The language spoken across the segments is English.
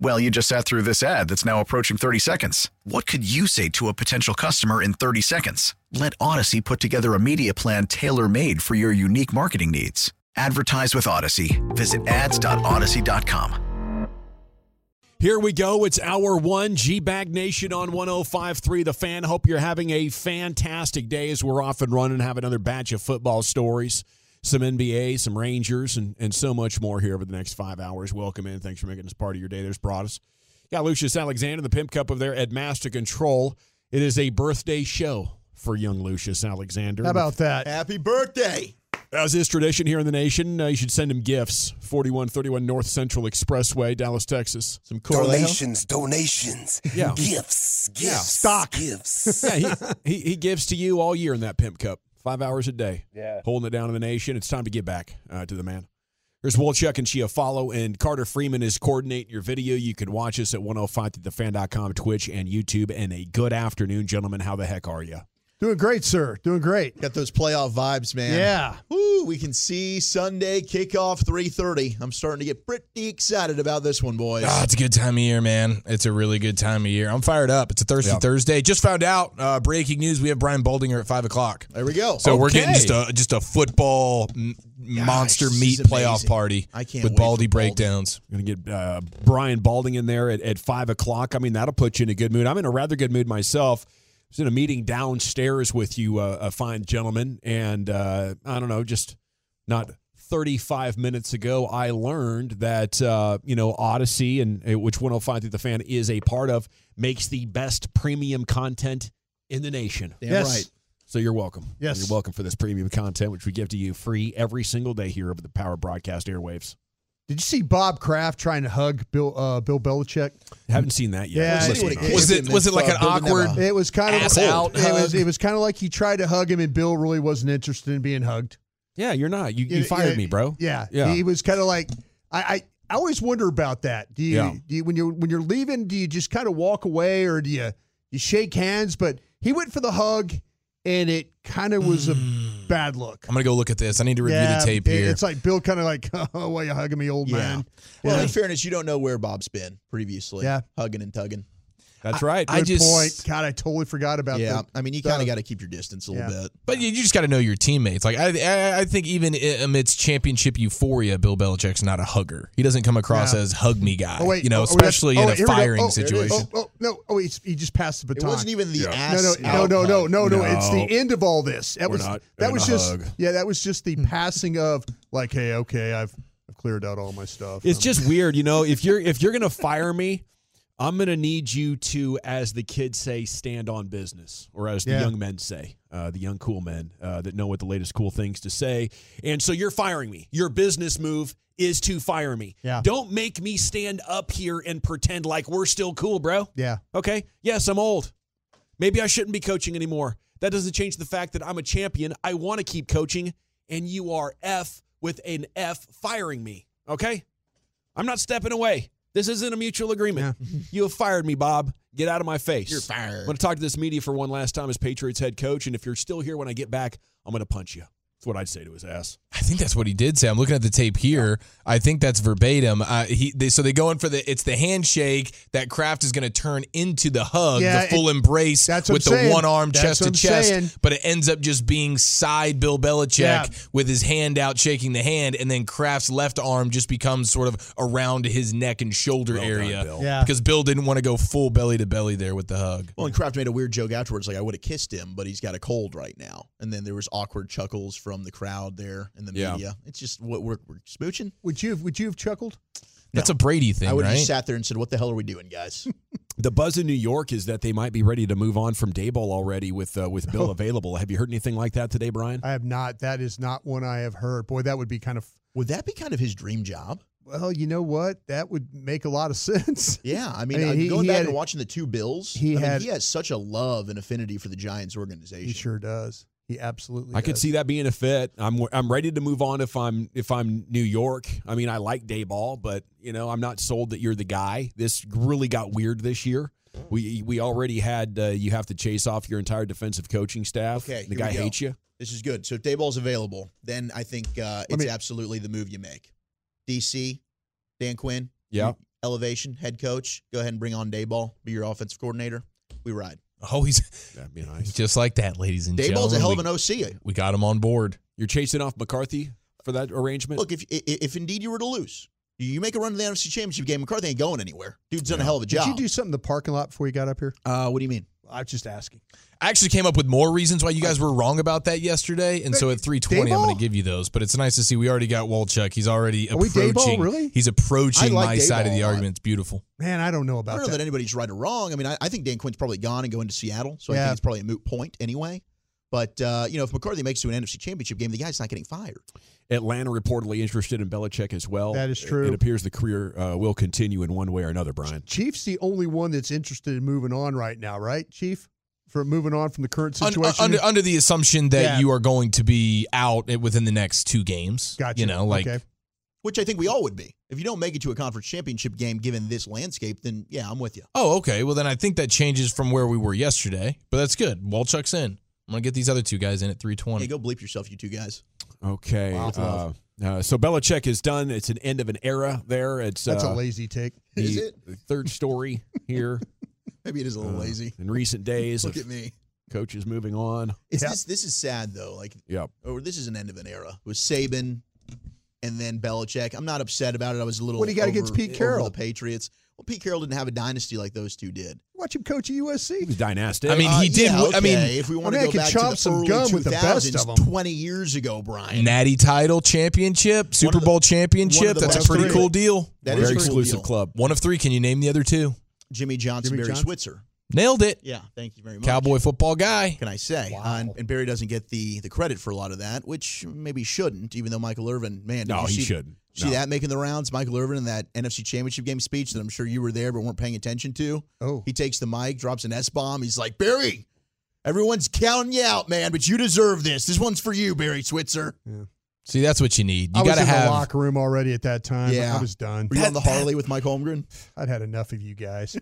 Well, you just sat through this ad that's now approaching 30 seconds. What could you say to a potential customer in 30 seconds? Let Odyssey put together a media plan tailor made for your unique marketing needs. Advertise with Odyssey. Visit ads.odyssey.com. Here we go. It's hour one, G Bag Nation on 1053 The Fan. Hope you're having a fantastic day as we're off and running, have another batch of football stories, some NBA, some Rangers, and, and so much more here over the next five hours. Welcome in. Thanks for making this part of your day. There's Broadus. Got Lucius Alexander, the Pimp Cup over there at Master Control. It is a birthday show for young Lucius Alexander. How about that? Happy birthday! As is tradition here in the nation, uh, you should send him gifts. 4131 North Central Expressway, Dallas, Texas. Some donations, donations, Yeah. gifts, gifts, Stock. gifts. yeah, he, he, he gives to you all year in that pimp cup, five hours a day. Yeah. Holding it down in the nation. It's time to get back uh, to the man. Here's Wolchuk and Chiafalo, and Carter Freeman is coordinating your video. You can watch us at 105thefan.com, Twitch, and YouTube. And a good afternoon, gentlemen. How the heck are you? Doing great, sir. Doing great. Got those playoff vibes, man. Yeah. Ooh, we can see Sunday kickoff 3:30. I'm starting to get pretty excited about this one, boys. Ah, it's a good time of year, man. It's a really good time of year. I'm fired up. It's a Thirsty Yeah. Thursday. Just found out uh, breaking news: we have Brian Boldinger at five o'clock. There we go. So we're getting Okay. just a just a football m- monster this meat is playoff amazing. party. Oh, I can't with wait for Baldy. Baldy breakdowns. Going to get uh, Brian Balding in there at, at 5 o'clock. I mean, that'll put you in a good mood. I'm in a rather good mood myself. I was in a meeting downstairs with you, uh, a fine gentleman. And uh, I don't know, just not 35 minutes ago, I learned that, uh, you know, Odyssey, and uh, which 105 Through the Fan is a part of, makes the best premium content in the nation. Damn Yes. right. So you're welcome. Yes. You're welcome for this premium content, which we give to you free every single day here over the Power Broadcast Airwaves. Did you see Bob Kraft trying to hug Bill uh, Bill Belichick? Haven't seen that yet. Yeah, Let's I listen see what on it that. Was Him it was it and, like uh, an building them awkward? up. It was kind of Oh. Ass out it hug. was it was kind of like he tried to hug him and Bill really wasn't interested in being hugged. Yeah, you're not. You, you Yeah, fired yeah, me, bro. Yeah, Yeah. He was kind of like I, I I always wonder about that. Do you, Yeah. do you when you when you're leaving? Do you just kind of walk away or do you you shake hands? But he went for the hug and it kind of was a bad look. Mm. I'm gonna go look at this. I need to review the tape it- here. It's like Bill kind of like, oh, why you hugging me, old Yeah. man? Well, Yeah. in fairness, you don't know where Bob's been previously. Yeah. Hugging and tugging. That's right. I Good just point. God, I totally forgot about yeah. that. I mean, you kind of got to keep your distance a little Yeah. bit. Uh, But you you just got to know your teammates. Like I, I, I think even i- amidst championship euphoria, Bill Belichick's not a hugger. He doesn't come across Yeah. as hug me guy. Oh wait, you know, oh, oh, we got- especially oh, in wait, a here we go. firing Oh, there it situation. Oh, oh no! Oh, he's, he just passed the It baton. wasn't even the no, ass. no, no, out no, no, hug. no, no, No. It's the end of all this. That We're was not that was gonna just hug. yeah, that was just Hmm. the passing of like, hey, okay, I've I've cleared out all my stuff. it's Um, just weird, you know. If you're if you're gonna fire me, I'm gonna need you to, as the kids say, stand on business, or as the Yeah. young men say, uh, the young cool men uh, that know what the latest cool things to say. And so you're firing me. Your business move is to fire me. Yeah. Don't make me stand up here and pretend like we're still cool, bro. yeah, Okay. Yes, I'm old. Maybe I shouldn't be coaching anymore. That doesn't change the fact that I'm a champion. I want to keep coaching, and you are F with an F firing me. Okay. I'm not stepping away. This isn't a mutual agreement. Mm-hmm. you have fired me, Bob. Get out of my face. You're fired. I'm going to talk to this media for one last time as Patriots head coach, and if you're still here when I get back, I'm going to punch you. That's what I'd say to his ass. I think that's what he did say. I'm looking at the tape here. I think that's verbatim. Uh, he they, so they go in for the it's the handshake that Kraft is going to turn into the hug, Yeah, the full embrace that's what with I'm the saying. one arm That's chest what to I'm chest, saying. but it ends up just being side Bill Belichick Yeah. with his hand out shaking the hand, and then Kraft's left arm just becomes sort of around his neck and shoulder done, area Oh, Bill. Yeah. because Bill didn't want to go full belly to belly there with the hug. Well, and Kraft made a weird joke afterwards, like I would have kissed him, but he's got a cold right now. And then there was awkward chuckles from the crowd there and the Yeah. media. It's just what we're, we're smooching. would you have, would you have chuckled? That's a Brady thing, I would have right? just sat there and said, "What the hell are we doing, guys?" The buzz in New York is that they might be ready to move on from Dayball already with uh, with Bill available. Have you heard anything like that today, Brian? I have not. That is not one I have heard. Boy, that would be kind of Would that be kind of his dream job? Well, you know what? That would make a lot of sense. Yeah, I mean, I mean, uh, he- going he back had- and watching the two Bills, he I mean, had- he has such a love and affinity for the Giants organization. he sure does. He absolutely. I could does. see that being a fit. I'm I'm ready to move on if I'm if I'm New York. I mean, I like Dayball, but you know, I'm not sold that you're the guy. This really got weird this year. We we already had uh, you have to chase off your entire defensive coaching staff. Okay, the here we guy go. hates you. This is good. So if Dayball's available, then I think uh, it's me- absolutely the move you make. DC, Dan Quinn, Yeah. you- elevation, head coach. Go ahead and bring on Dayball, be your offensive coordinator. We ride. Oh, he's That'd be nice. just like that, ladies and Dayball's gentlemen. a hell of we, an OC. we got him on board. You're chasing off McCarthy for that arrangement. Look, if i- i- if indeed you were to lose, you make a run to the NFC Championship game. McCarthy ain't going anywhere. Dude's done a hell of a Did job. you do something in the parking lot before you got up here? uh, what do you mean? I was just asking. I actually came up with more reasons why you guys were wrong about that yesterday, and so at 320, I'm Dayball? going to give you those. But it's nice to see we already got Walchuk. He's already Are we Dayball, approaching. really? He's approaching I like my side of Dayball the a lot. argument. It's beautiful. Man, I don't know I about don't know that. that anybody's right or wrong. I mean, I, I think Dan Quinn's probably gone and going to Seattle, so I Yeah. think it's probably a moot point anyway. But uh, you know, if McCarthy makes it to an NFC Championship game, the guy's not getting fired. Atlanta reportedly interested in Belichick as well. That is It- true. It appears the career uh, will continue in one way or another. Brian, Chief's the only one that's interested in moving on right now, right, Chief? For moving on from the current Un- situation. under, under the assumption that Yeah. you are going to be out within the next two games. gotcha. You know, like uh, okay. Which I think we all would be. If you don't make it to a conference championship game, given this landscape, then yeah, I'm with you. Oh, okay. Well, then I think that changes from where we were yesterday, but that's good. Walchuk's in. I'm gonna get these other two guys in at 320. Hey, go bleep yourself, you two guys. okay. Wow. With Uh, love. uh, so Belichick is done. It's an end of an era. There, it's that's uh, a lazy take. the Is it? third story here. Maybe it is a little Uh, lazy. in recent days. Look of at me. coaches moving on. It's Yeah. this, this is sad though. Like, Yep. or this is an end of an era. It was Saban, and then Belichick. I'm not upset about it. I was a little. What do you got over- against Pete over Carroll? The Patriots. Well, Pete Carroll didn't have a dynasty like those two did. Watch him coach at USC. Dynastic. I mean, he did Uh, yeah, w- I mean- okay, if we want I mean, I to could go back chop to the some early gum with the best 2000s, of 'em. 20 years ago, Brian. Natty title championship, Super of the- Bowl championship. the That's a best pretty three. cool deal. That is very a cool exclusive deal. club. One of three. Can you name the other two? Jimmy Johnson, Jimmy Barry Johnson. Switzer. Nailed it. Yeah, thank you very much. Cowboy football guy. Can I say? Wow. Uh, and, and Barry doesn't get the the credit for a lot of that, which maybe shouldn't. Even though Michael Irvin, man, did No, you he see, shouldn't. See No. that making the rounds, Michael Irvin in that NFC Championship game speech that I'm sure you were there but weren't paying attention to. Oh. He takes the mic, drops an S bomb. He's like, Barry, everyone's counting you out, man, but you deserve this. This one's for you, Barry Switzer. See, that's what you need. I You was gotta in the have. locker room already at that time. Yeah. I was done. Were you on the Harley with Mike Holmgren? I'd had enough of you guys.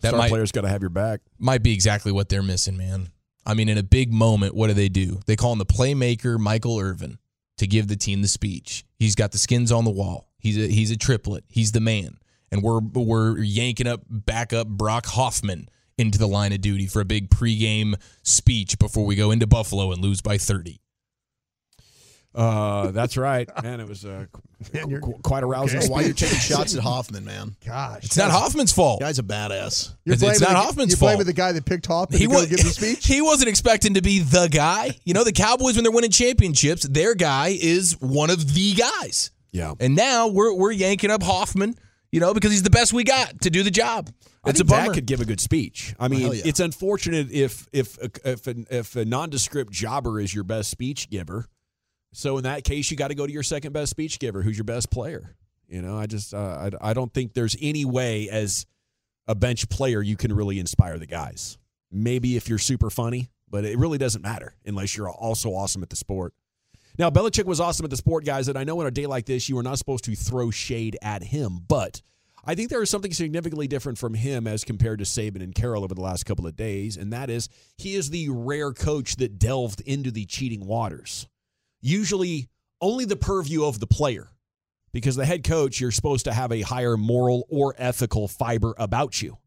That Star might player's got to have your back. might be exactly what they're missing, man. I mean, in a big moment, what do they do? They call on the playmaker Michael Irvin to give the team the speech. He's got the skins on the wall. He's a he's a triplet. He's the man, and we're we're yanking up back up Brock Hoffman into the line of duty for a big pregame speech before we go into Buffalo and lose by thirty. Uh, that's right, man. It was uh, Man, you're- qu- quite a rousing. Okay. Why are you speech. taking shots at Hoffman, man? Gosh. It's not Hoffman's fault. Guy's a badass. You're It's- it's blaming not the- Hoffman's you're fault. blaming the guy that picked Hoffman He to go was give the speech? he wasn't expecting to be the guy. You know, the Cowboys when they're winning championships, their guy is one of the guys. Yeah, And now we're we're yanking up Hoffman, you know, because he's the best we got to do the job. I It's a think bummer. Dak could give a good speech. I mean, hell yeah. it's unfortunate if if if an, if a nondescript jobber is your best speech giver. So in that case, you got to go to your second best speech giver, who's your best player. You know, I just uh, I, I don't think there's any way as a bench player you can really inspire the guys. Maybe if you're super funny, but it really doesn't matter unless you're also awesome at the sport. Now, Belichick was awesome at the sport, guys, and I know on a day like this, you are not supposed to throw shade at him, but I think there is something significantly different from him as compared to Saban and Carroll over the last couple of days, and that is he is the rare coach that delved into the cheating waters. Usually, only the purview of the player, because the head coach, you're supposed to have a higher moral or ethical fiber about you.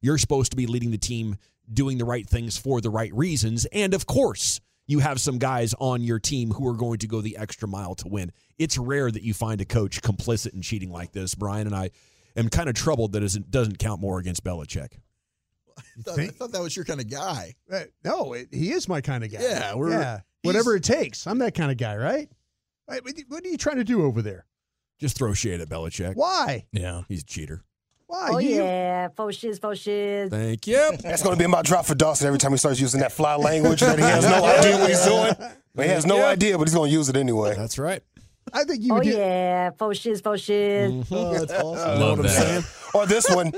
You're supposed to be leading the team doing the right things for the right reasons. And of course, you have some guys on your team who are going to go the extra mile to win. It's rare that you find a coach complicit in cheating like this, Brian. And I am kind of troubled that it doesn't count more against Belichick. I thought, think? I thought that was your kind of guy. Uh, no, it, he is my kind of guy. Yeah, we're- yeah. whatever it takes. I'm that kind of guy, right? Right, what you- what are you trying to do over there? Just throw shade at Belichick. Why? yeah. He's a cheater. Why? Oh, you, yeah. Faux shiz, faux shiz. Thank you. That's going to be my drop for Dawson every time he starts using that fly language that he has no idea what he's doing. But he has no idea, but he's going to use it anyway. That's right. I think you Oh would do. yeah, faux shiz, faux shiz. Oh, Mm-hmm. that's awesome. Love that. Or this one.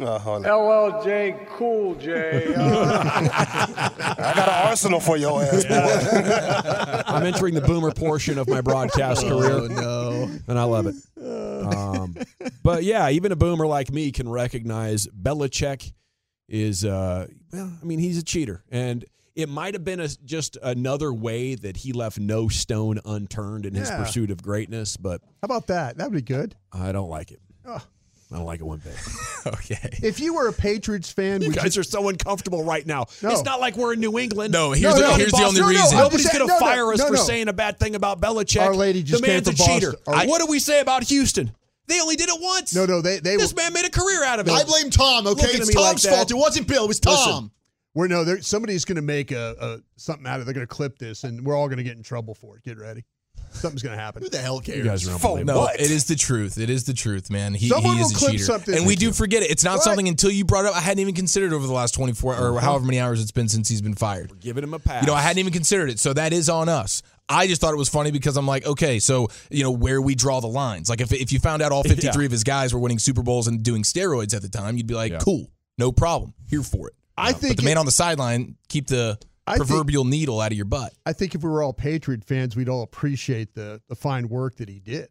Oh, hold on. LLJ Cool J. Uh, I got an arsenal for your ass. boy. I'm entering the boomer portion of my broadcast Oh, career, no. and I love it. Um, but yeah, even a boomer like me can recognize Belichick is, uh, well, I mean, he's a cheater. And it might have been a, just another way that he left no stone unturned in his Yeah. pursuit of greatness, but How about that? That would be good. I don't like it. Ugh. I don't like it one bit. Okay. If you were a Patriots fan, You would guys are so uncomfortable right now. No. It's not like we're in New England. No, here's No, the, no, here's the Boston- only no, no, reason. I'm Nobody's just saying- going to no, no, fire us no, for no. saying a bad thing about Belichick. Our lady just the came man's a from Boston. cheater. Our- what do we say about Houston? They only did it once. No, no, they they were, this man made a career out of it. I blame Tom, okay? Looking at It's me like Tom's that. fault. It wasn't Bill. It was Tom. we're no. there- Somebody's going to make a, a something out of. it. They're going to clip this, and we're all going to get in trouble for it. Get ready. Something's going to happen. Who the hell cares? you guys are For unbelievable. No, what? it is the truth. It is the truth, man. He, Someone he is will a clip cheater, something. and we Thank do you. forget it. It's not What? something until you brought it up. I hadn't even considered over the last twenty four or Uh-huh. however many hours it's been since he's been fired. Giving him a pass. You know, I hadn't even considered it, so that is on us. I just thought it was funny because I'm like, okay, so you know where we draw the lines. Like if if you found out all 53 of his guys were winning Super Bowls and doing steroids at the time, you'd be like, cool, no problem, here for it. I But think the it- man on the sideline, keep the I think- proverbial needle out of your butt. I think if we were all Patriot fans, we'd all appreciate the the fine work that he did.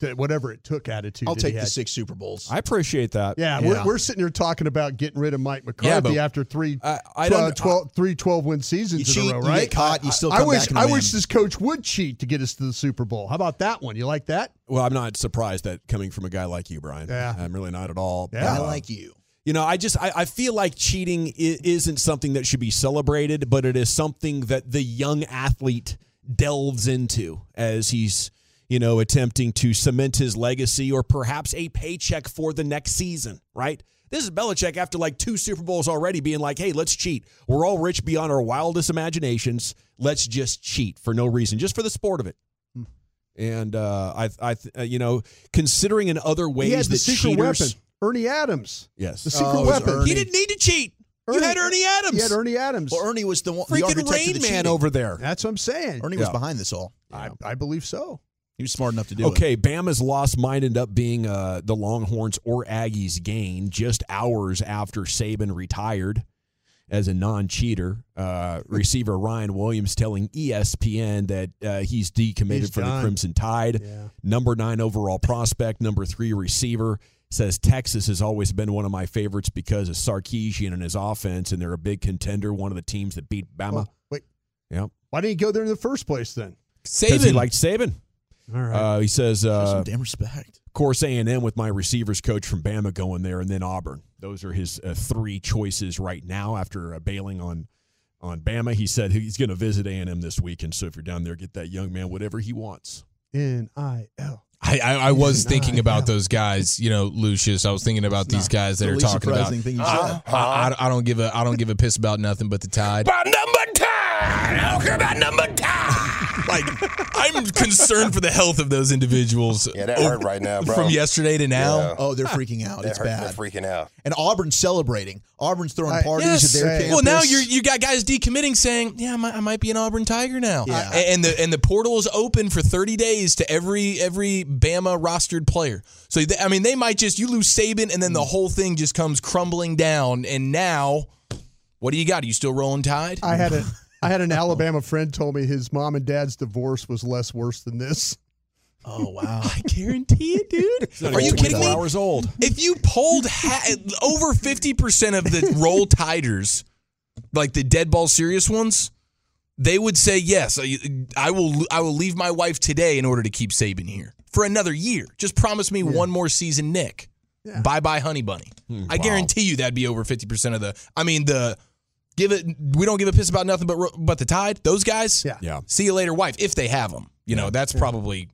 That whatever it took attitude. I'll that take he the had. six Super Bowls. I appreciate that. Yeah, Yeah. We're, we're sitting here talking about getting rid of Mike McCarthy Yeah, but after three, I- I twe- don't- 12 three 12 win you seasons cheat, in a row, you right? get caught, you still I come wish back and I win. wish this coach would cheat to get us to the Super Bowl. How about that one? You like that? Well, I'm not surprised that coming from a guy like you, Brian. Yeah. I'm really not at all. Yeah. I Uh, like you. You know, I just I, I feel like cheating i- isn't something that should be celebrated, but it is something that the young athlete delves into as he's you know attempting to cement his legacy or perhaps a paycheck for the next season. Right? This is Belichick after like two Super Bowls already, being like, "Hey, let's cheat. We're all rich beyond our wildest imaginations. Let's just cheat for no reason, just for the sport of it." Hmm. And uh, I, I, th- uh, you know, considering in other ways he had that the secret cheaters, weapon, Ernie Adams. yes, The secret Oh, it was weapon. Ernie. he didn't need to cheat. Ernie- you had Ernie Adams. He had Ernie Adams. Well, Ernie was the one. the Freaking architect of the Rain Man cheating. over there. That's what I'm saying. Ernie was Yeah. behind this all. I, I believe so. He was smart enough to do it. Okay, Bama's loss might end up being uh, the Longhorns or Aggies' gain just hours after Saban retired as a non-cheater. Uh, receiver Ryan Williams telling E ESPN that uh, he's decommitted He's from the done. Crimson Tide. Yeah. Number nine overall prospect, number three receiver. Says Texas has always been one of my favorites because of Sarkeesian and his offense, and they're a big contender, one of the teams that beat Bama. Well, wait, Yep. why didn't he go there in the first place then? Because Saban, he liked Saban. All right. Uh, he says, Show uh, some of damn respect. course, A and M with my receivers coach from Bama going there, and then Auburn. Those are his uh, three choices right now after uh, bailing on on Bama. He said he's going to visit A and M this weekend. So if you're down there, get that young man whatever he wants. N I L. I, I, I was Nah, thinking about yeah. those guys, you know, Lucius. I was thinking about these guys that The are least talking about. surprising thing you Uh-huh. Ah. said. I, I, I don't give a I don't give a piss about nothing but the tide. By number 10. I don't care about number 10. Like I'm concerned for the health of those individuals. Yeah, that hurt right now, bro. From yesterday to now. Yeah. Oh, they're freaking out. That It's hurt. They're bad. freaking out. And Auburn's celebrating. Auburn's throwing I- parties at their Yes. campus. Well, now you you got guys decommitting, saying, "Yeah, I might, I might be an Auburn Tiger now." Yeah. A- And the and the portal is open for thirty days to every every Bama rostered player. So they, I mean, they might just you lose Saban, and then the whole thing just comes crumbling down. And now, what do you got? Are you still rolling Tide? I had a I had an Alabama friend told me his mom and dad's divorce was less worse than this. Oh, wow. I guarantee it, dude. Are you kidding me? Hours old. If you polled ha- over fifty percent of the roll tiders, like the dead ball serious ones, they would say yes. I- I will. I will leave my wife today in order to keep Saban here for another year. Just promise me one more season, Nick. Bye bye, Honey Bunny. Hmm. I guarantee you that'd be over fifty percent of the. I mean the. Give it. We don't give a piss about nothing but ro- but the tide. Those guys. Yeah. Yeah. See you later, wife. If they have them, you know that's probably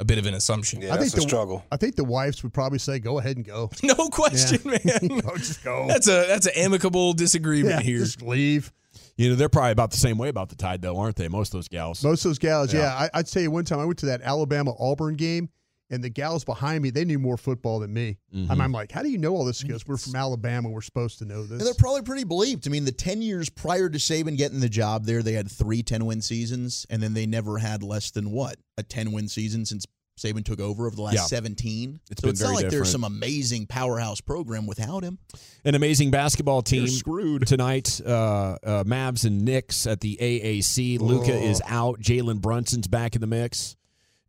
a bit of an assumption. Yeah, that's a struggle. I think the wives would probably say, "Go ahead and go. No question, man. Oh, just go. That's a that's an amicable disagreement yeah, here. just leave." You know they're probably about the same way about the Tide, though, aren't they? Most of those gals. Most of those gals, yeah. I, I'd tell you one time I went to that Alabama Auburn game, and the gals behind me, they knew more football than me. Mm-hmm. And I'm like, how do you know all this? Because we're from Alabama. We're supposed to know this. And they're probably pretty believed. I mean, the 10 years prior to Saban getting the job there, they had three 10 win seasons, and then they never had less than what? A 10 win season since Saban took over over the last Yeah. 17. It's so been it's not very like different. there's some amazing powerhouse program without him. An amazing basketball team They're screwed. tonight. Uh, uh, Mavs and Knicks at the AAC. Luca is out. Jalen Brunson's back in the mix.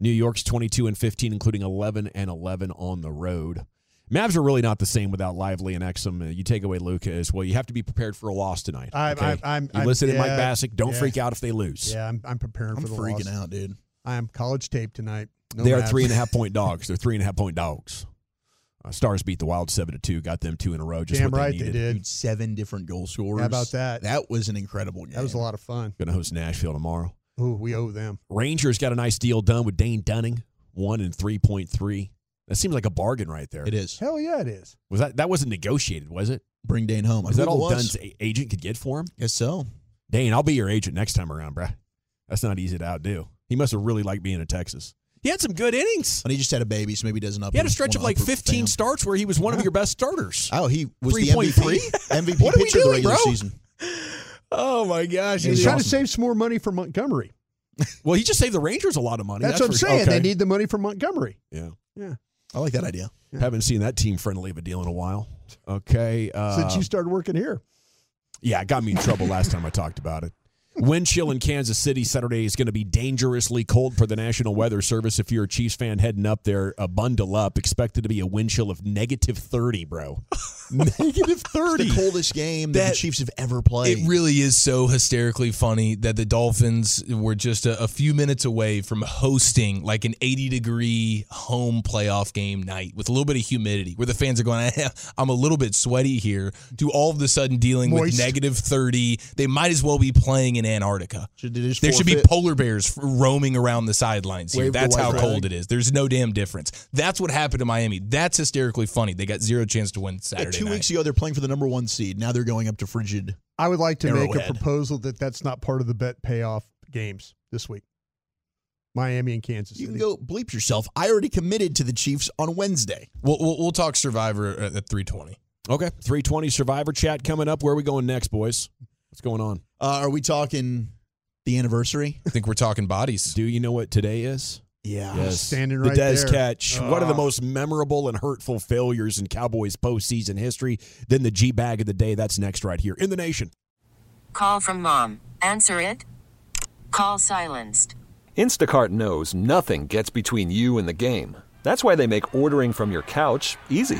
New York's 22 and 15, including 11 and 11 on the road. Mavs are really not the same without Lively and Exum. Uh, You take away Luca as well. You have to be prepared for a loss tonight. I'm- I'm- I'm- you I'm- listen to Mike yeah, Bassick. Don't yeah. freak out if they lose. yeah, I'm, I'm preparing I'm for the freaking loss. out, dude. I am college tape tonight. No they are Mavs. three and a half point dogs. They're three and a half point dogs. Uh, Stars beat the Wild seven to two. Got them two in a row. Just Damn oh, what right they they needed. did. Dude, seven different goal scorers. How about that? That was an incredible game. That was a lot of fun. Going to host Nashville tomorrow. Ooh, we owe them. Rangers got a nice deal done with Dane Dunning, one and three point three. That seems like a bargain right there. It is. Hell yeah, it is. Was that that wasn't negotiated, was it? Bring Dane home. I Was that believe it all was. Dunn's a- agent could get for him? Guess so. Dane, I'll be your agent next time around, bruh. That's not easy to outdo. He must have really liked being in Texas. He had some good innings. But he just had a baby, so maybe he doesn't up. He had a his- stretch of wanna like up her 15 fam. starts where he was one of your best starters. Oh, he was the 3.3? MVP. MVP What are we pitcher of the doing, regular bro? season. Oh my gosh! It He's was trying to awesome. save some more money for Montgomery. Well, he just saved the Rangers a lot of money. That's, what I'm for- saying. okay. They need the money for Montgomery. Yeah. I like that idea. Haven't seen that team friendly of a deal in a while. Okay. Uh, Since you started working here, Yeah, it got me in trouble last time I talked about it. Wind chill in Kansas City Saturday is going to be dangerously cold for the National Weather Service. If you're a Chiefs fan heading up there, uh, bundle up. Expected to be a wind chill of negative 30, bro. negative 30. The coldest game that, That- the Chiefs have ever played. It really is so hysterically funny that the Dolphins were just a, a few minutes away from hosting like an 80 degree home playoff game night with a little bit of humidity where the fans are going, "Eh, I'm a little bit sweaty here, to all of a sudden dealing Moist. with negative 30. They might as well be playing in Antarctica. Should they just there should be forfeit? polar bears f- roaming around the sidelines here. Wave the That's white how flag. cold it is. There's no damn difference. That's what happened to Miami. That's hysterically funny. They got zero chance to win Yeah, Saturday two night. weeks ago, they're playing for the number one seed. Now they're going up to frigid. I would like to make a Arrowhead. proposal that that's not part of the bet payoff games this week. Miami and Kansas You City. can go bleep yourself. I already committed to the Chiefs on Wednesday. We'll, we'll, we'll talk Survivor at at 320. Okay, 320 Survivor chat coming up. Where are we going next, boys? What's going on? Uh, are we talking the anniversary? I think we're talking bodies. Do you know what today is? Yeah. standing the right Dez there. catch. One of the Ah. most memorable and hurtful failures in Cowboys postseason history. Then the G bag of the day. That's next right here in the nation. Call from mom. Answer it. Call silenced. Instacart knows nothing gets between you and the game. That's why they make ordering from your couch easy.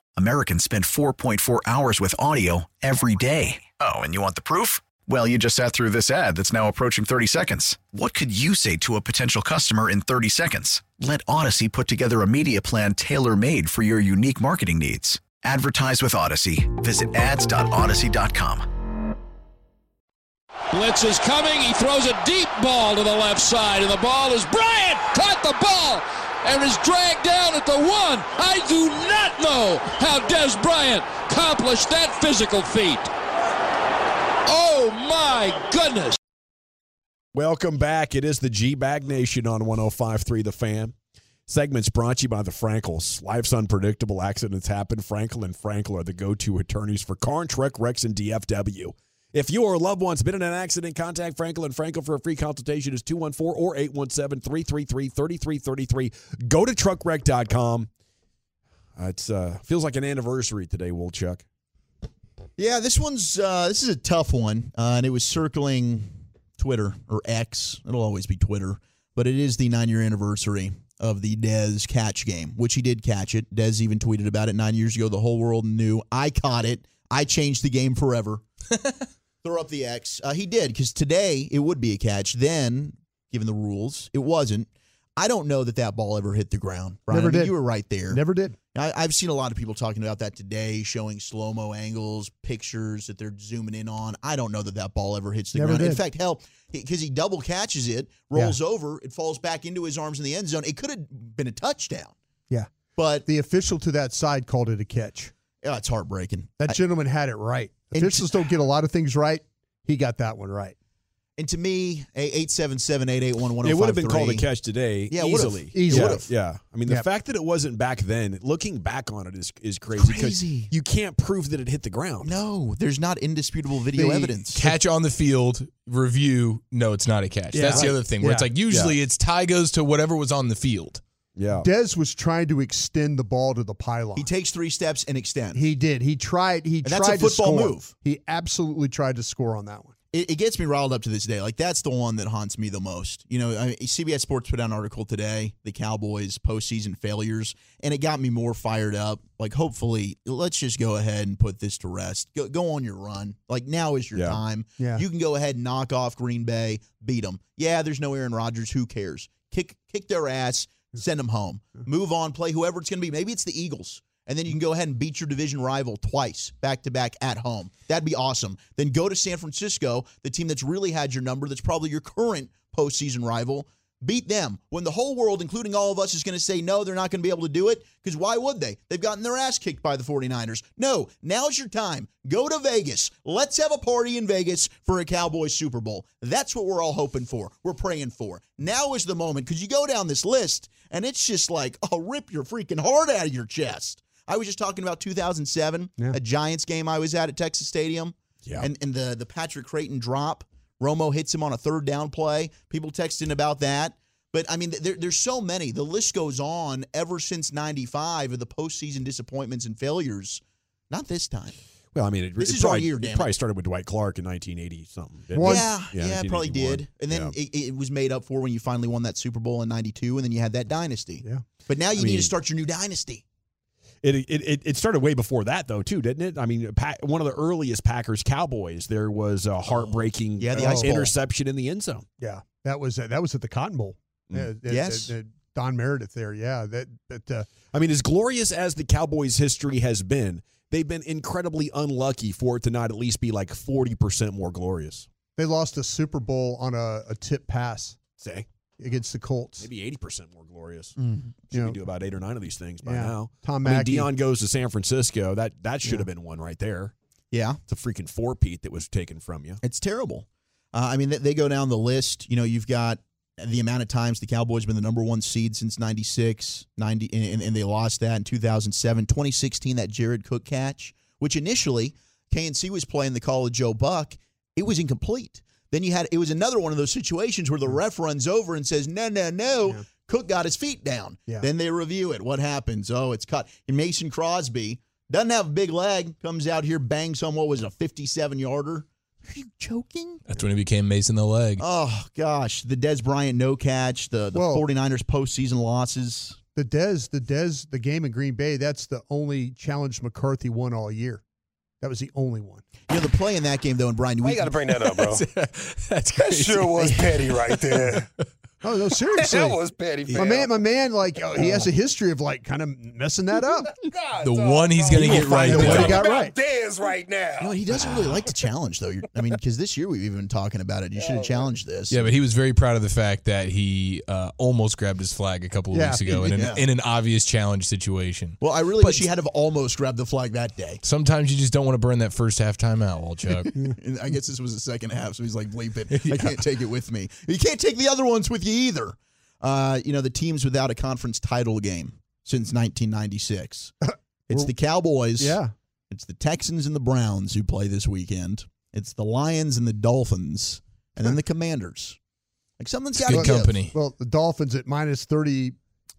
Americans spend 4.4 hours with audio every day. Oh, and you want the proof? Well, you just sat through this ad that's now approaching 30 seconds. What could you say to a potential customer in 30 seconds? Let Odyssey put together a media plan tailor made for your unique marketing needs. Advertise with Odyssey. Visit ads.odyssey.com. Blitz is coming. He throws a deep ball to the left side, and the ball is Bryant caught the ball and is dragged down at the one. I do not know how Des Bryant accomplished that physical feat. Oh my goodness. Welcome back. It is the G Bag Nation on 1053 The Fan. Segments brought to you by the Frankels. Life's unpredictable. Accidents happen. Frankel and Frankel are the go to attorneys for car and truck wrecks and DFW. If you or a loved one's been in an accident, contact Frankel and Frankel for a free consultation is 214 or 817 333 3333. Go to truckwreck.com. Uh, It's uh, feels like an anniversary today, Wolchuk. Yeah, this one's uh, this is a tough one, uh, and it was circling Twitter or X. It'll always be Twitter, but it is the nine-year anniversary of the Dez catch game, which he did catch it. Dez even tweeted about it nine years ago. The whole world knew. I caught it. I changed the game forever. Throw up the X. Uh, he did because today it would be a catch. Then, given the rules, it wasn't. I don't know that that ball ever hit the ground. Brian. Never I mean, did. You were right there. Never did. I, I've seen a lot of people talking about that today, showing slow mo angles, pictures that they're zooming in on. I don't know that that ball ever hits the Never ground. In did. fact, hell, because he double catches it, rolls over, it falls back into his arms in the end zone. It could have been a touchdown. Yeah. But the official to that side called it a catch. Yeah, it's heartbreaking. That I- gentleman had it right. And- Officials don't get a lot of things right. He got that one right. And to me, eight seven seven eight eight one one. It would have been called a catch today Yeah, it would've. easily. Easily. Yeah, Would've. Yeah. I mean, the Yep. fact that it wasn't back then, looking back on it is, is crazy. 'cause Crazy. You can't prove that it hit the ground. No, there's not indisputable video The evidence. Catch on the field, review. No, it's not a catch. Yeah. That's the Right. other thing where it's Yeah. like usually it's tie goes to whatever was on the field. Yeah. Dez was trying to extend the ball to the pylon. He takes three steps and extends. He did. He tried. He And tried that's a football to score. move. He absolutely tried to score on that one. it, it gets me riled up to this day. Like that's the one that haunts me the most. You know, I CBS Sports put out an article today, the Cowboys postseason failures, and it got me more fired up. Like, hopefully, let's just go ahead and put this to rest. Go, go on your run. Like now is your Yeah. time. Yeah. You can go ahead and knock off Green Bay, beat them. Yeah, there's no Aaron Rodgers. Who cares? Kick kick their ass. Send them home. Move on. Play whoever it's going to be. Maybe it's the Eagles. And then you can go ahead and beat your division rival twice back to back at home. That'd be awesome. Then go to San Francisco, the team that's really had your number, that's probably your current postseason rival. Beat them when the whole world, including all of us, is going to say, no, they're not going to be able to do it because why would they? They've gotten their ass kicked by the 49ers. No, now's your time. Go to Vegas. Let's have a party in Vegas for a Cowboys Super Bowl. That's what we're all hoping for. We're praying for. Now is the moment because you go down this list and it's just like, oh, rip your freaking heart out of your chest. I was just talking about 2007, a Giants game I was at at Texas Stadium, Yeah. and and the the Patrick Creighton drop. Romo hits him on a third down play. People texting about that. But I mean, there, there's so many. The list goes on ever since '95 of the postseason disappointments and failures. Not this time. Well, I mean, it, This it is our probably, year, it damn it. probably started with Dwight Clark in 1980 something. didn't it? Yeah, yeah, it probably 1981. did. And then Yeah. it, it was made up for when you finally won that Super Bowl in '92, and then you had that dynasty. Yeah. But now you I need mean- to start your new dynasty. It, it it it started way before that though too, didn't it? I mean, Pa- one of the earliest Packers Cowboys, there was a heartbreaking Oh. Yeah, the uh, ice ball. interception in the end zone. Yeah, that was that was at the Cotton Bowl. Mm. Yeah, that- Yes. that- that Don Meredith there. Yeah, that that uh, I mean, as glorious as the Cowboys' history has been, they've been incredibly unlucky for it to not at least be like forty percent more glorious. they lost a Super Bowl on a, a tip pass Say against the Colts. maybe eighty percent more glorious. Should You we know, do about eight or nine of these things by Mm, Yeah. now? Tom I mean, Mackey. Dion goes to San Francisco. That that should have been one right there. Yeah. It's a freaking four Pete that was taken from you. It's terrible. Uh, I mean, they, they go down the list. You know, you've got the amount of times the Cowboys have been the number one seed since 96, 90, and, and- and they lost that in 2007, 2016, that Jared Cook catch, which initially KNC was playing the call of Joe Buck. It was incomplete. Then you had, it was another one of those situations where the ref runs over and says, no, no, no. Cook got his feet down. Yeah. Then they review it. What happens? Oh, it's cut. And Mason Crosby doesn't have a big leg, comes out here, bangs home, what was it, a 57 yarder? Are you joking? That's when he became Mason the leg. Oh, gosh. The Des Bryant no catch, the, the Well- 49ers postseason losses. the Dez the Dez the game in Green Bay. That's the only challenge McCarthy won all year. That was the only one. You know, the play in that game, though, and Brian, we, bring that up, bro? That's That crazy. sure was petty right there. Oh no, seriously. that was petty. my man, my man, like oh, he has a history of like kind of messing that up. The one he's going to get right the one he there. got right. right. Dez right now. you know, he doesn't really like to challenge, though. You're, I mean, because this year we've even been talking about it. You should have challenged this. Yeah, but he was very proud of the fact that he uh, almost grabbed his flag a couple of Yeah. weeks ago in an, Yeah. in an obvious challenge situation. Well, I really But- wish he had have almost grabbed the flag that day. Sometimes you just don't want to burn that first halftime out, Walchuk. And I guess this was the second half, so he's like, bleep it. I can't take it with me. You can't take the other ones with you either. Uh, you know, the team's without a conference title game since 1996. It's the Cowboys. Yeah. It's the Texans and the Browns who play this weekend. It's the Lions and the Dolphins, and then the Commanders. Like something's got to Good company. Well, the Dolphins at minus thirty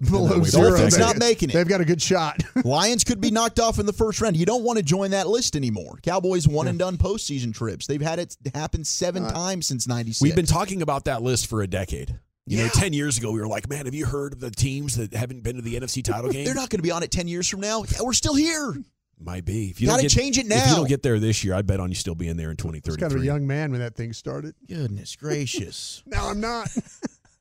that below way zero. Dolphins they- not making it. They've got a good shot. Lions could be knocked off in the first round. You don't want to join that list anymore. Cowboys one and done postseason trips. They've had it happen seven times since '96. We've been talking about that list for a decade. You know, Yeah. 10 years ago, we were like, man, have you heard of the teams that haven't been to the NFC title game? They're not going to be on it ten years from now. Yeah, we're still here. Might be. If you Gotta don't get, change it If you now. don't get there this year, I bet on you still being there in I was kind 2033. of a young man when that thing started. Goodness gracious. Now I'm not.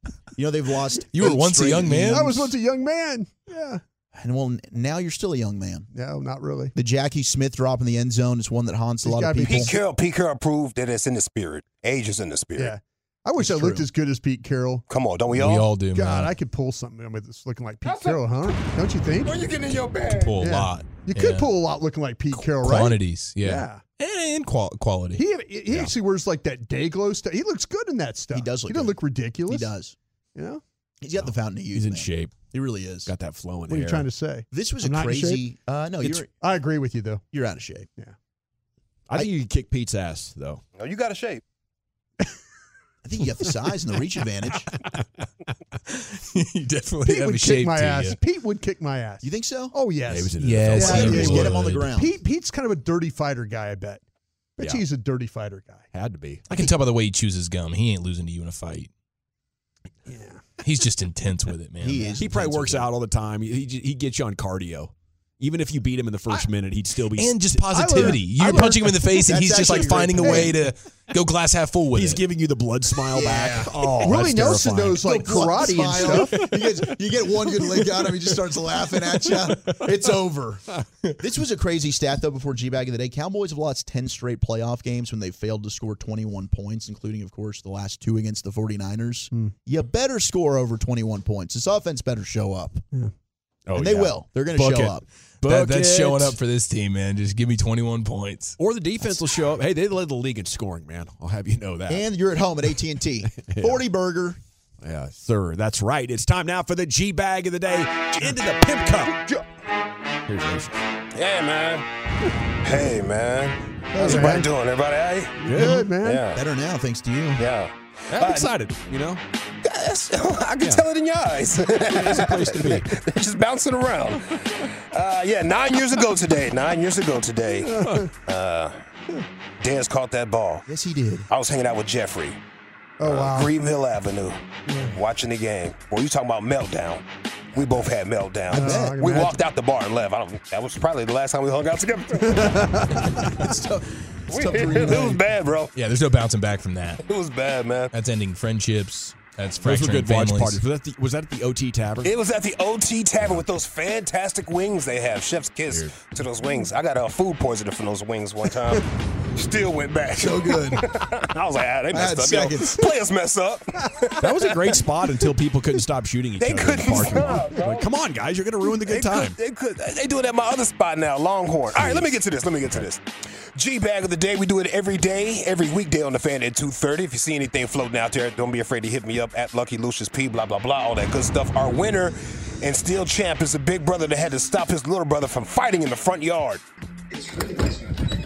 You know they've lost. You were eight once a straight young man. I was once a young man. Yeah. And well, n- now you're still a young man. No, not really. The Jackie Smith drop in the end zone is one that haunts a lot of gotta be people. Pete Carroll, Pete Carroll proved that it's in the spirit. Age is in the spirit. Yeah. I wish I looked as good as Pete Carroll. Come on, don't we We all? all do, God, man. I could pull something with this looking like Pete Carroll, huh? Don't you think? Where you getting in your bag? pull a Yeah. lot. You could Yeah. pull a lot looking like Pete Carroll, right? quantities, yeah, Yeah. and, and qual- quality. He he actually wears like that day glow stuff. He looks good in that stuff. He does look He doesn't good. look ridiculous. He does. You know? He's Oh. got the fountain of youth. He's in man. shape. He really is. Got that flowing What are hair. you trying to say? This was a I'm not in shape? crazy. Uh, no, It's- you're I agree with you though. you're out of shape. I think you could kick Pete's ass though. No, you got a shape. I think you got the size and the reach advantage. you definitely Pete have a would shape kick my to ass. you. Pete would kick my ass. You think so? Oh yes. He was in Yes, Yeah, he he is. would. Get him on the ground. Pete Pete's kind of a dirty fighter guy. I bet. Bet Yeah. you he's a dirty fighter guy. Had to be. I can tell by the way he chews his gum. He ain't losing to you in a fight. Yeah, he's just intense with it, man. He is. He probably intense works with it. out all the time. He, he, he gets you on cardio. Even if you beat him in the first minute, he'd still be. And just st- positivity. I You're learned- punching him in the face, and That's he's just like actually a great finding a point. way to go glass half full with he's it. giving you the blood smile back. Oh, Willie that's Nelson terrifying. knows like The blunt karate and smile. stuff. you, get, you get one good lick out of him, he just starts laughing at you. It's over. This was a crazy stat, though, before G Bag of the Day. Cowboys have lost 10 straight playoff games when they failed to score 21 points, including, of course, the last two against the 49ers. Hmm. You better score over 21 points. This offense better show up. Oh, and they yeah. will. They're going to Book show it. up. That- that's Bucket. showing up for this team, man. Just give me 21 points. Or the defense will show up. Hey, they led the league in scoring, man. I'll have you know that. And you're at home at AT&T. 40 burger. yeah, sir. That's right. It's time now for the G bag of the day. Ah. Into the pimp cup. Here's Lucius. Yeah, man. Hey, man. How's Hey, everybody man. doing? Everybody all right? Good man. Yeah. Better now, thanks to you. Yeah. I'm excited. You know, Yes, I can tell it in your eyes. It's a place to be. Just bouncing around. Uh, yeah, nine years ago today. Nine years ago today. Uh, Dez caught that ball. Yes, he did. I was hanging out with Jeffrey. Uh, Oh wow. Greenville Avenue, watching the game. Well, you talking about meltdown? We both had meltdown. bet. I can we imagine. walked out the bar and left. I don't, that was probably the last time we hung out together. It's tough to it was reunite. bad, bro. Yeah, there's no bouncing back from that. It was bad, man. That's ending friendships. That's those fracturing were good watch families. parties. Was that, the, was that at the OT Tavern? It was at the OT Tavern with those fantastic wings they have. Chef's kiss to those wings. I got a uh, food poisoning from those wings one time. Still went back. So good. I was like, ah, they had messed up. Yo, seconds. players mess up. that was a great spot until people couldn't stop shooting each They other. in couldn't the parking lot. stop, bro. Like, come on, guys, you're going to ruin the They good time. Could, they could. They do it at my other spot now, Longhorn. All right, let me get to this. Let me get to this. G bag of the day. We do it every day, every weekday on the fan at two thirty. If you see anything floating out there, don't be afraid to hit me up at Lucky Lucius P. Blah blah blah, all that good stuff. Our winner and still champ is a big brother that had to stop his little brother from fighting in the front yard.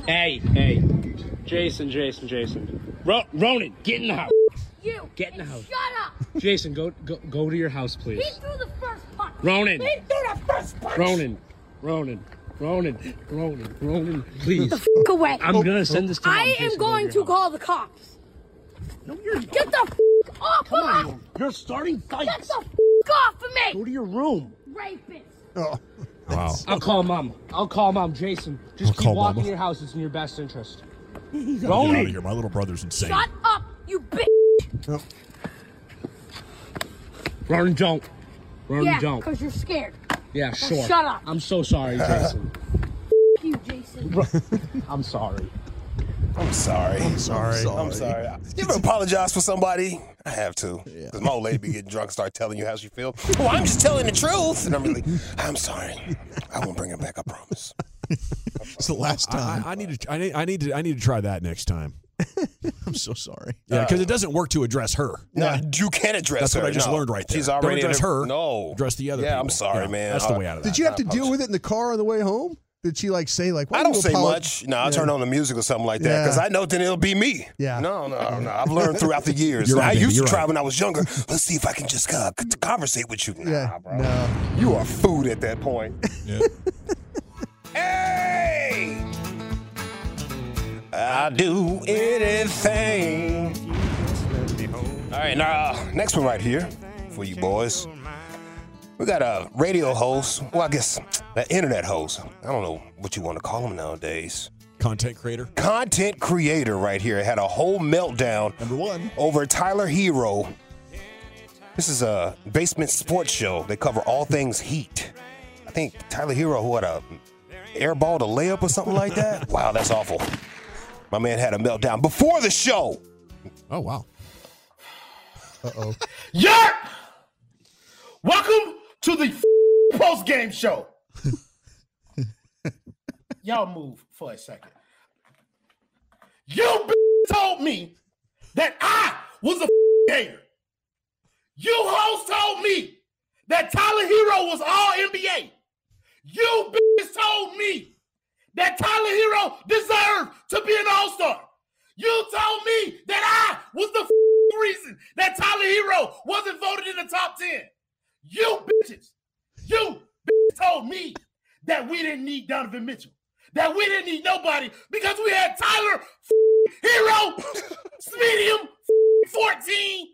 Hey, hey. Jason, Jason, Jason. Ro- Ronan, get in the house. You Get in the and house. Shut up! Jason, go, go go to your house, please. He threw the first punch. Ronan. He threw the first punch. Ronan, Ronan, Ronan, Ronan, Ronan, please. F- away. I'm Oh, gonna send this to Mom, I Jason, am go going to your house. call the cops. No, you're not. Get the f- off Come of on, us! Ronan. You're starting Get fights. the f- off of Go me! to your room. Rapist. Oh. Wow. I'll call mom. I'll call mom. Jason, just I'll keep call walking Mama. to your house. It's in your best interest. Get out of Ronan. here. My little brother's insane. Shut up, you bitch! Ronan, don't. Ronan, yeah, don't. because you're scared. Yeah, sure. shut up. I'm so sorry, Jason. F- you, Jason. I'm sorry. I'm sorry. I'm Sorry. I'm sorry. You ever apologize for somebody? I have to. Because my old lady be getting drunk and start telling you how she feel. Well, I'm just telling the truth. And I'm really, I'm sorry. I won't bring it back, I promise. It's the last I, time. I- I need to. I need, I need to. I need to try that next time. I'm so sorry. Yeah, Uh, because it doesn't work to address her. No, you can't address That's her. what I just No. learned right there. She's Don't already address in a- her. No, Address the other Yeah, I'm people. sorry, Yeah, man. that's the way out of Did that. you have to deal with it in the car on the way home? Did she like say like? why I do don't you say apolo- much. No, I will turn on the music or something like that Yeah. because I know then it'll be me. Yeah. No, no, no. I've learned throughout the years. You're right, I baby, used to you're try right. when I was younger. Let's see if I can just uh, c- conversate with you. Nah, Yeah, bro. no. You are food at that point. hey! I'll do anything. All right, now, uh, next one right here for you boys. We got a radio host. Well, I guess an internet host. I don't know what you want to call them nowadays. Content creator. Content creator right here had a whole meltdown Number one. over Tyler Hero This is a basement sports show. They cover all things Heat. I think Tyler Hero who had a airball to layup or something like that. wow, that's awful. My man had a meltdown before the show. Oh wow. Uh oh. Yeah! Welcome to the post game show. Y'all move for a second. You b- told me that I was a gator. You hoes told me that Tyler Hero was all NBA. You bitches told me that Tyler Hero deserved to be an All Star. You told me that I was the f- reason that Tyler Hero wasn't voted in the top 10. You bitches, you bitches told me that we didn't need Donovan Mitchell, that we didn't need nobody because we had Tyler f- Hero, Medium f- 14.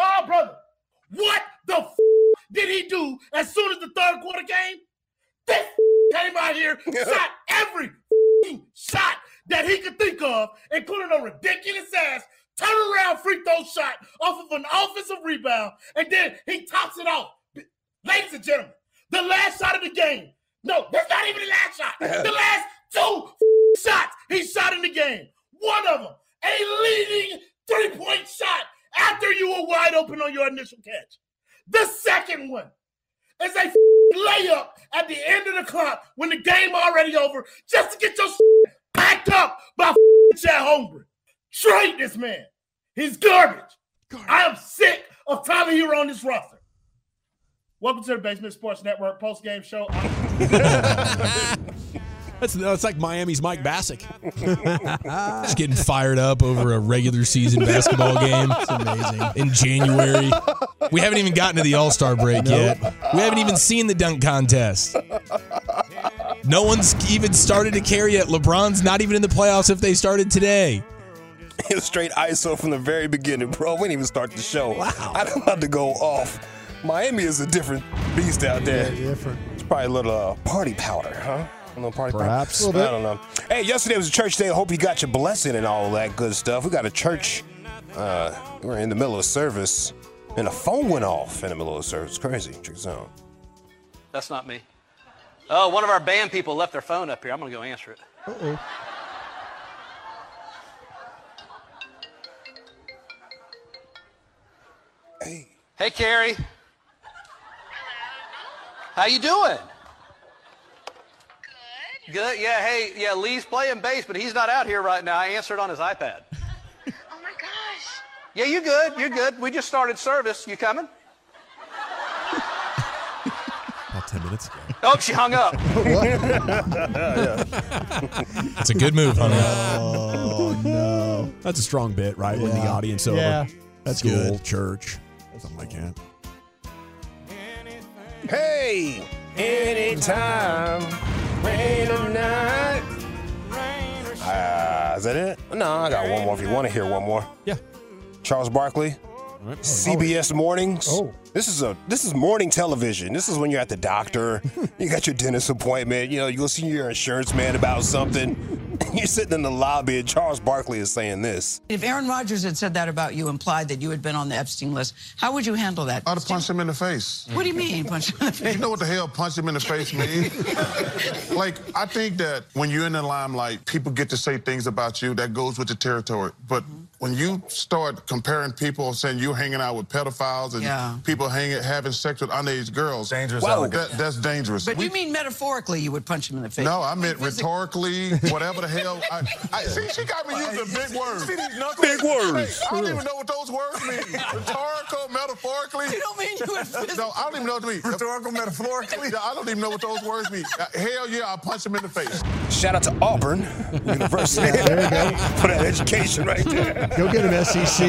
Oh, brother, what the f- did he do as soon as the third quarter came? This came out here, shot every f***ing shot that he could think of, including a ridiculous ass turnaround free throw shot off of an offensive rebound, and then he tops it off. Ladies and gentlemen, the last shot of the game. No, that's not even the last shot. The last two f***ing shots he shot in the game. One of them, a leading three point shot after you were wide open on your initial catch. The second one is a f***ing layup at the end of the clock when the game already over, just to get your s- packed up by f***ing Chad Holmgren. Trade this man. He's garbage. I am sick of Tyler Hero on this roster. Welcome to the Basement Sports Network post game show. That's that's like Miami's Mike Bassick. Just getting fired up over a regular season basketball game. It's amazing. In January. We haven't even gotten to the All Star break yet. We haven't even seen the dunk contest. No one's even started to carry it. LeBron's not even in the playoffs if they started today. It was straight ISO from the very beginning, bro. We didn't even start the show. Wow. I'm about to go off. Miami is a different beast out there. different. It's probably a little uh, party powder, huh? A little party Perhaps. powder. I don't know. Hey, yesterday was a church day. I hope you got your blessing and all that good stuff. We got a church. Uh, we were in the middle of service, and a phone went off in the middle of service. Crazy. Check this out. That's not me. Oh, one of our band people left their phone up here. I'm going to go answer it. Uh-oh. Hey, Carrie. How you doing? Good. Good. Yeah. Hey. Yeah. Lee's playing bass, but he's not out here right now. I answered on his iPad. oh my gosh. Yeah, you good? You're good. We just started service. You coming? About 10 minutes ago. Oh, she hung up. It's a good move, honey. Oh, no. That's a strong bit, right? When the Yeah. audience over. Yeah. That's School, good. church, something like that. Hey! Anytime, rain or night. Ah, is that it? No, I got one more. If you want to hear one more, yeah. Charles Barkley, CBS Mornings. Oh, this is a this is morning television. This is when you're at the doctor, you got your dentist appointment. You know, you go see your insurance man about something. You're sitting in the lobby, and Charles Barkley is saying this. If Aaron Rodgers had said that about you, implied that you had been on the Epstein list, how would you handle that? I'd have punched him in the face. What do you mean, punch him in the face? You know what the hell punch him in the face means? like, I think that when you're in the limelight, people get to say things about you that goes with the territory. But when you start comparing people, saying you're hanging out with pedophiles and Yeah. people hanging having sex with underage girls, dangerous. allegation. that, that's dangerous. But We- you mean metaphorically you would punch him in the face? no, I meant rhetorically, whatever the hell. I, I, see, she got me using big words. Big words. I don't even know what those words mean. Rhetorical, metaphorically. You don't mean you No, I don't even know what they mean. Rhetorical, metaphorically. I don't even know what those words mean. Uh, Hell yeah, I'll punch him in the face. Shout out to Auburn University for that education right there. Go get him, E SEC.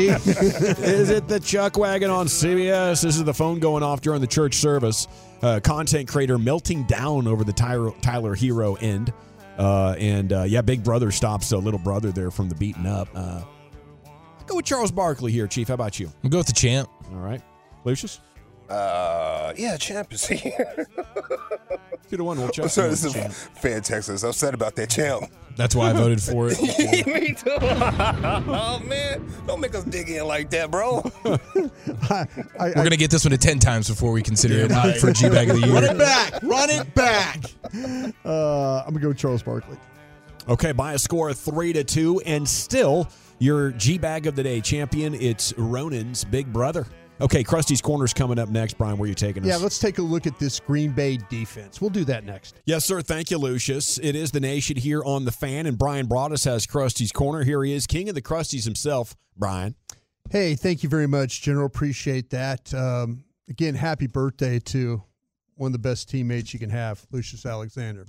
is it the Chuck Wagon on CBS? This is the phone going off during the church service. Uh, content creator melting down over the Tyler, Tyler Hero end. Uh, and uh, yeah, Big Brother stops a little brother there from the beating up. Uh, I'll go with Charles Barkley here, Chief. How about you? I'll go with the champ. All right. Lucius? Uh, uh, yeah, champ is here. Should have won. We'll I'm sorry, this is fan text us upset about that champ. That's why I voted for it. Me too. oh man, don't make us dig in like that, bro. We're gonna get this one to ten times before we consider it not for G bag of the year. Run it back. Run it back. Uh, I'm gonna go with Charles Barkley. Okay, by a score of three to two, and still your G bag of the day champion. It's Ronan's big brother. Okay, Krusty's corner's coming up next. Brian, where you taking us? Yeah, let's take a look at this Green Bay defense. We'll do that next. Yes, sir. Thank you, Lucius. It is the nation here on the fan, and Brian Broadus has Krusty's corner. Here he is, king of the Krusties himself, Brian. Hey, thank you very much, General. Appreciate that. Um, again, happy birthday to one of the best teammates you can have, Lucius Alexander.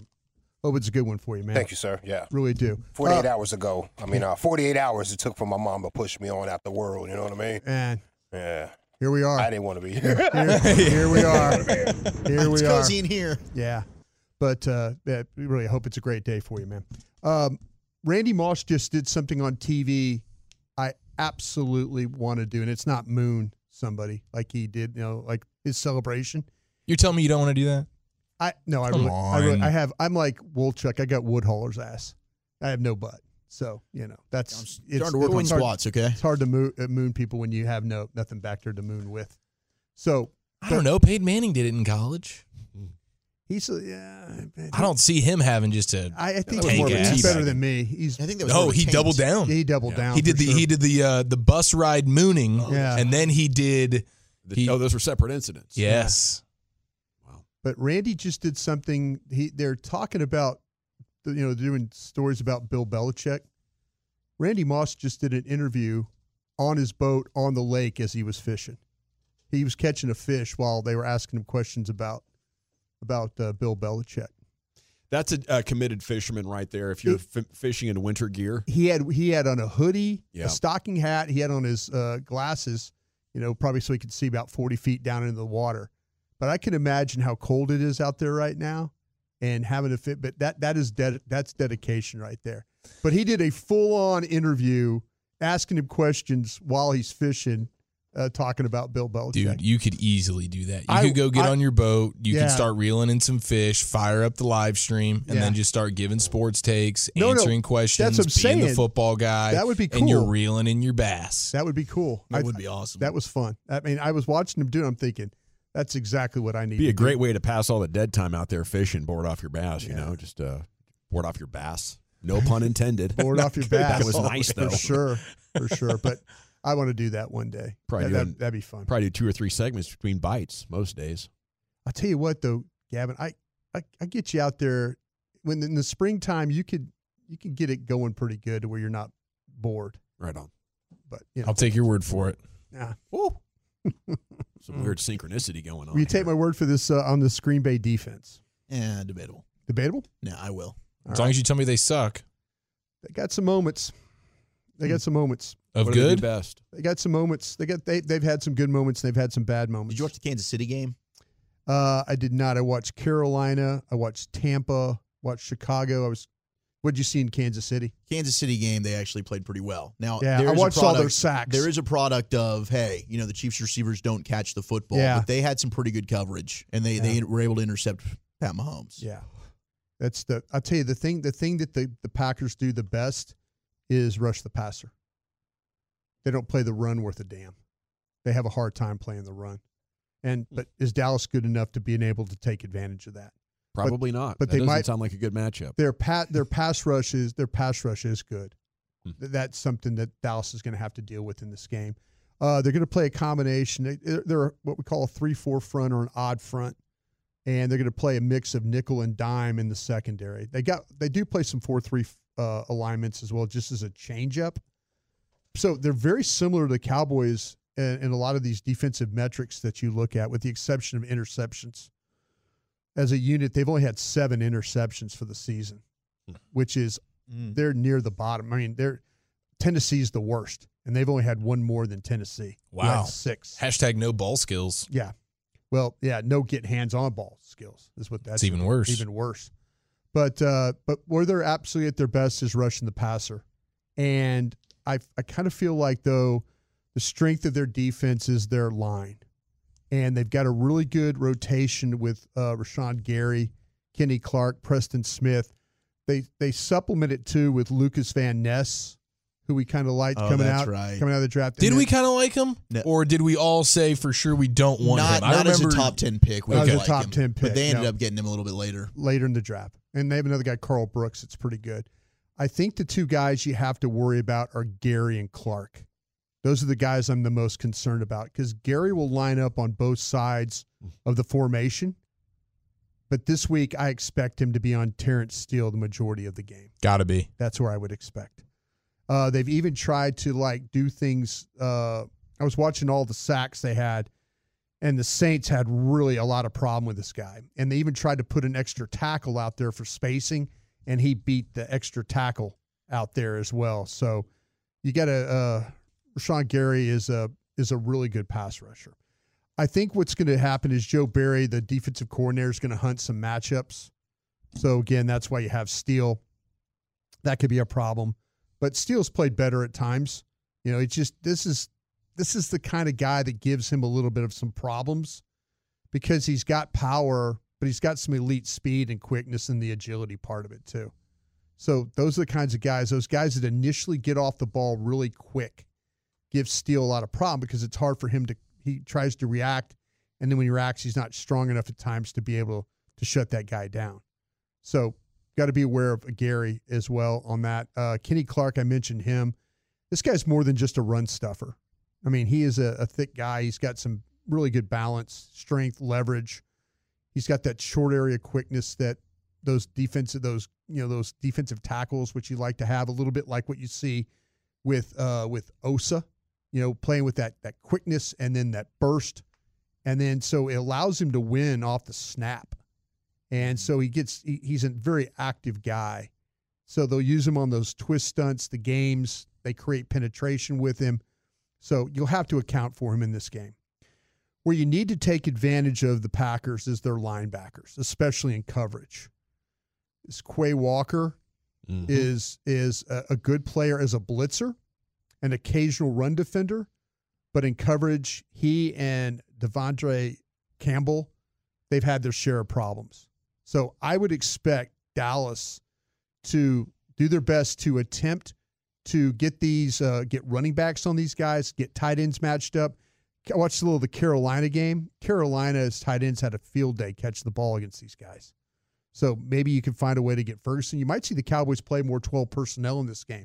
Hope it's a good one for you, man. Thank you, sir. Yeah. Really do. 48 Uh, hours ago. I mean, uh, 48 hours it took for my mom to push me on out the world. You know what I mean? And Yeah. here we are. I didn't want to be here. Here, here we are. Here we It's are. cozy in here. Yeah. But uh, yeah, we really hope it's a great day for you, man. Um, Randy Moss just did something on TV I absolutely want to do, and it's not moon somebody like he did, you know, like his celebration. You're telling me you don't want to do that? I no, I Come really, I, really, on. I have. I'm like Wolchuk. I got Woodhauler's ass. I have no butt. So you know that's it's, starting to work it's on hard- squats, okay? It's hard to moon, uh, moon people when you have no nothing back there to moon with. So I don't know. Peyton Manning did it in college. he's a, yeah. I don't see him having just a. I, I think Tank he's, more of a- ass. he's better than me. He's I think that was more of No, a Oh, he taint. doubled down. he doubled down. He did for the sure. he did the uh, the bus ride mooning, Yeah. and then he did. He, oh, those were separate incidents. yes, But Randy just did something. He they're talking about, you know, doing stories about Bill Belichick. Randy Moss just did an interview on his boat on the lake as he was fishing. He was catching a fish while they were asking him questions about about uh, Bill Belichick. That's a, a committed fisherman right there. If you're f- fishing in winter gear, He had he had on a hoodie, Yeah. a stocking hat. He had on his uh, glasses, you know, probably so he could see about forty feet down into the water. But I can imagine how cold it is out there right now, and having to fit. But that that is ded- that's dedication right there. But he did a full on interview, asking him questions while he's fishing, uh, talking about Bill Belichick. dude, you could easily do that. You I- could go get I- on your boat. You Yeah. can start reeling in some fish, fire up the live stream, and Yeah. then just start giving sports takes, No, no, answering that's what questions, I'm being the saying. football guy. That would be And you're cool. reeling in your bass. That would be cool. That I- would be awesome. That was fun. I mean, I was watching him do. it. I'm thinking, that's exactly what I need. be to a do. great way to pass all the dead time out there fishing. Board off your bass, you know, just uh, board off your bass. No pun intended. board off your back. Oh, That was nice though. for sure, for sure. But I want to do that one day. Probably that, do that, an- that'd be fun. Probably do two or three segments between bites most days. I'll tell you what though, Gavin, I, I I get you out there when in the springtime you could you can get it going pretty good to where you're not bored. Right on. But you know, I'll take your word for it. Oh. nah. Mm. Some weird synchronicity going on. will you take my here. word for this uh, on the Green Bay defense? Yeah, debatable. Debatable. No, I will. All As long as you tell me they suck They got some moments. They Hmm. got some moments. of What do they do good. best. They got some moments. They got they they've had some good moments. and They've had some bad moments. Did you watch the Kansas City game? Uh, I did not. I watched Carolina. I watched Tampa. Watched Chicago. I was. What'd you see in Kansas City? Kansas City game, they actually played pretty well. Now, Yeah, Uh, there I is a watched all their product- sacks. There is a product of hey, you know, the Chiefs receivers don't catch the football, Yeah. but they had some pretty good coverage, and they they were able to intercept Pat Mahomes. Yeah, that's the. I'll tell you the thing. The thing that the the Packers do the best is rush the passer. They don't play the run worth a damn. They have a hard time playing the run, and Hmm. but is Dallas good enough to being able to take advantage of that? Probably not. but That they doesn't might- sound like a good matchup. Their pat their pass rush is their pass rush is good. Hmm. Th- That's something that Dallas is going to have to deal with in this game. Uh, they're going to play a combination. They- They're they're what we call a three four front or an odd front, and they're going to play a mix of nickel and dime in the secondary. They got they do play some four three uh, alignments as well, just as a changeup. So they're very similar to the Cowboys in, in a lot of these defensive metrics that you look at, with the exception of interceptions as a unit, they've only had seven interceptions for the season, which is they're near the bottom. I mean, they're Tennessee's the worst, and they've only had one more than Tennessee. They had Wow. six. Hashtag no ball skills. Yeah. Well, yeah, no get hands on ball skills is what that's It's even worse. Even worse. But uh, but where they're absolutely at their best is rushing the passer, and I I kind of feel like though the strength of their defense is their line, and they've got a really good rotation with uh, Rashawn Gary, Kenny Clark, Preston Smith. They they supplement it too with Lucas Van Ness, who we kind of liked Oh, coming that's out right. coming out of the draft. Did And we then- kind of like him, or did we all say for sure we don't want Not- him? I not as a remember top 10 pick, we Not as a didn't like top him, 10 but pick, But they ended no. up getting him a little bit later. later in the draft. And they have another guy, Carl Brooks, that's pretty good. I think the two guys you have to worry about are Gary and Clark. Those are the guys I'm the most concerned about because Gary will line up on both sides of the formation. But this week, I expect him to be on Terrence Steele the majority of the game. Got to be. That's where I would expect. Uh, they've even tried to like do things. Uh, I was watching all the sacks they had, and the Saints had really a lot of problem with this guy. And they even tried to put an extra tackle out there for spacing, and he beat the extra tackle out there as well. So you got to uh, Rashawn Gary is a is a really good pass rusher. I think what's going to happen is Joe Barry, the defensive coordinator, is going to hunt some matchups. So again, that's why you have Steele that could be a problem. But Steele's played better at times. You know, it's just this is this is the kind of guy that gives him a little bit of some problems because he's got power, but he's got some elite speed and quickness and the agility part of it too. So those are the kinds of guys, those guys that initially get off the ball really quick give Steele a lot of problem because it's hard for him to he tries to react and then when he reacts he's not strong enough at times to be able to shut that guy down. So got to be aware of Gary as well on that. Uh, Kenny Clark, I mentioned him. This guy's more than just a run stuffer. I mean, he is a, a thick guy. He's got some really good balance, strength, leverage. He's got that short area quickness that those defensive those you know those defensive tackles which you like to have a little bit like what you see with uh with Osa, you know, playing with that that quickness and then that burst. And then so it allows him to win off the snap. And so he gets he, he's a very active guy. So they'll use him on those twist stunts, the games, they create penetration with him. So you'll have to account for him in this game. Where you need to take advantage of the Packers is their linebackers, especially in coverage. Is Quay Walker is is a, a good player as a blitzer, an occasional run defender, but in coverage, he and Devondre Campbell, they've had their share of problems. So I would expect Dallas to do their best to attempt to get these uh, get running backs on these guys, get tight ends matched up. I watched a little of the Carolina game. Carolina's tight ends had a field day catch the ball against these guys. So maybe you can find a way to get Ferguson. You might see the Cowboys play more 12 personnel in this game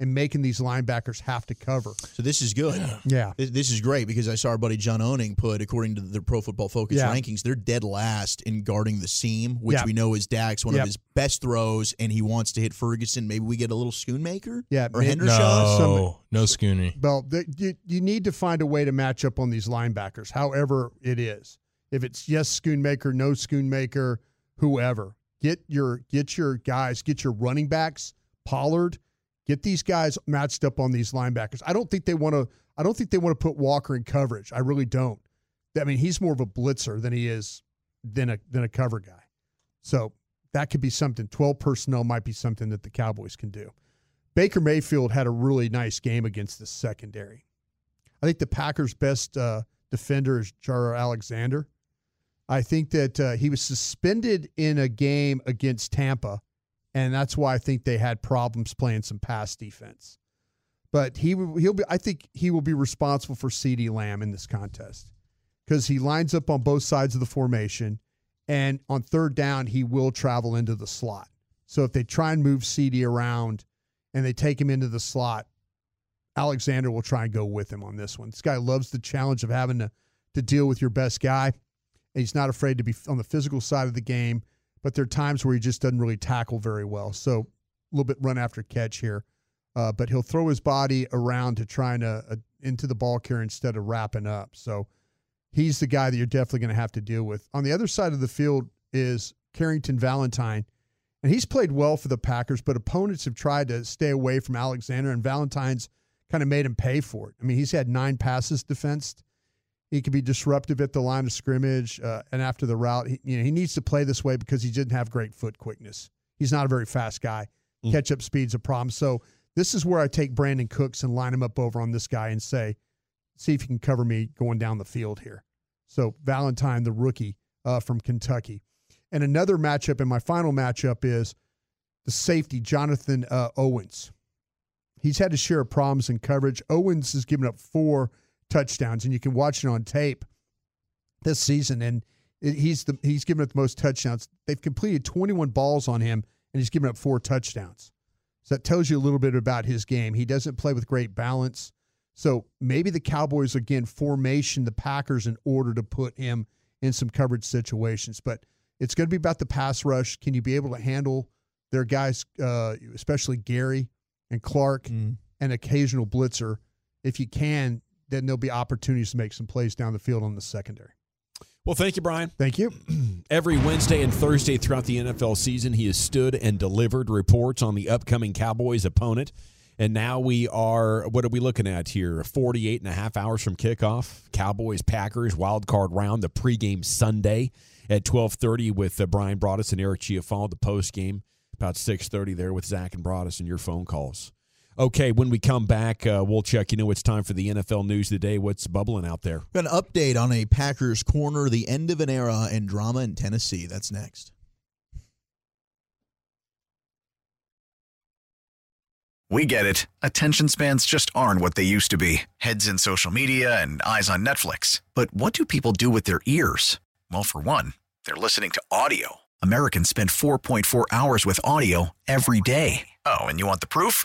and making these linebackers have to cover. So this is good. Yeah. Th- This is great because I saw our buddy John Owning put, according to the Pro Football Focus Yeah. rankings, they're dead last in guarding the seam, which Yeah. we know is Dax, one Yep. of his best throws, and he wants to hit Ferguson. Maybe we get a little Schoonmaker? Yeah, Or may- Hendershot? No, no Scooney. Well, the, you, you need to find a way to match up on these linebackers, however it is. If it's yes Schoonmaker, no Schoonmaker, whoever, get your get your guys, get your running backs, Pollard, get these guys matched up on these linebackers. I don't think they want to. I don't think they want to put Walker in coverage. I really don't. I mean, he's more of a blitzer than he is than a than a cover guy. So that could be something. Twelve personnel might be something that the Cowboys can do. Baker Mayfield had a really nice game against the secondary. I think the Packers' best uh, defender is Jaro Alexander. I think that uh, he was suspended in a game against Tampa, and that's why I think they had problems playing some pass defense. But he will- he'll be I think he will be responsible for Ceedee Lamb in this contest because he lines up on both sides of the formation, and on third down he will travel into the slot. So if they try and move Ceedee around and they take him into the slot, Alexander will try and go with him on this one. This guy loves the challenge of having to to deal with your best guy. And he's not afraid to be on the physical side of the game, but there are times where he just doesn't really tackle very well. So a little bit run after catch here, uh, but he'll throw his body around to trying to uh, into the ball carrier instead of wrapping up. So he's the guy that you're definitely going to have to deal with. On the other side of the field is Carrington Valentine. And he's played well for the Packers, but opponents have tried to stay away from Alexander, and Valentine's kind of made him pay for it. I mean, he's had nine passes defensed. He can be disruptive at the line of scrimmage uh, and after the route. He, you know, he needs to play this way because he didn't have great foot quickness. He's not a very fast guy. Catch up speed's a problem. So this is where I take Brandon Cooks and line him up over on this guy and say, see if you can cover me going down the field here. So Valentine, the rookie uh, from Kentucky. And another matchup, and my final matchup is the safety, Jonathan uh, Owens. He's had his share of problems in coverage. Owens has given up four touchdowns, and you can watch it on tape this season. And it- he's the he's given up the most touchdowns. They've completed 21 balls on him, and he's given up four touchdowns. So that tells you a little bit about his game. He doesn't play with great balance. So maybe the Cowboys again formation the Packers in order to put him in some coverage situations. But it's going to be about the pass rush. Can you be able to handle their guys, uh, especially Gary and Clark, and occasional blitzer? If you can, then there'll be opportunities to make some plays down the field on the secondary. Well, thank you, Brian. Thank you. Every Wednesday and Thursday throughout the NFL season, he has stood and delivered reports on the upcoming Cowboys opponent. And now we are, what are we looking at here? 48 and a half hours from kickoff. Cowboys, Packers, wild card round, the pregame Sunday at 1230 with uh, Brian Broaddus and Eric Chiafal, the postgame about 630 there with Zach and Broaddus and your phone calls. Okay, when we come back, uh, we'll check. You know, it's time for the NFL news today. What's bubbling out there? Got an update on a Packers corner, the end of an era, and drama in Tennessee. That's next. We get it. Attention spans just aren't what they used to be heads in social media and eyes on Netflix. But what do people do with their ears? Well, for one, they're listening to audio. Americans spend 4.4 hours with audio every day. Oh, and you want the proof?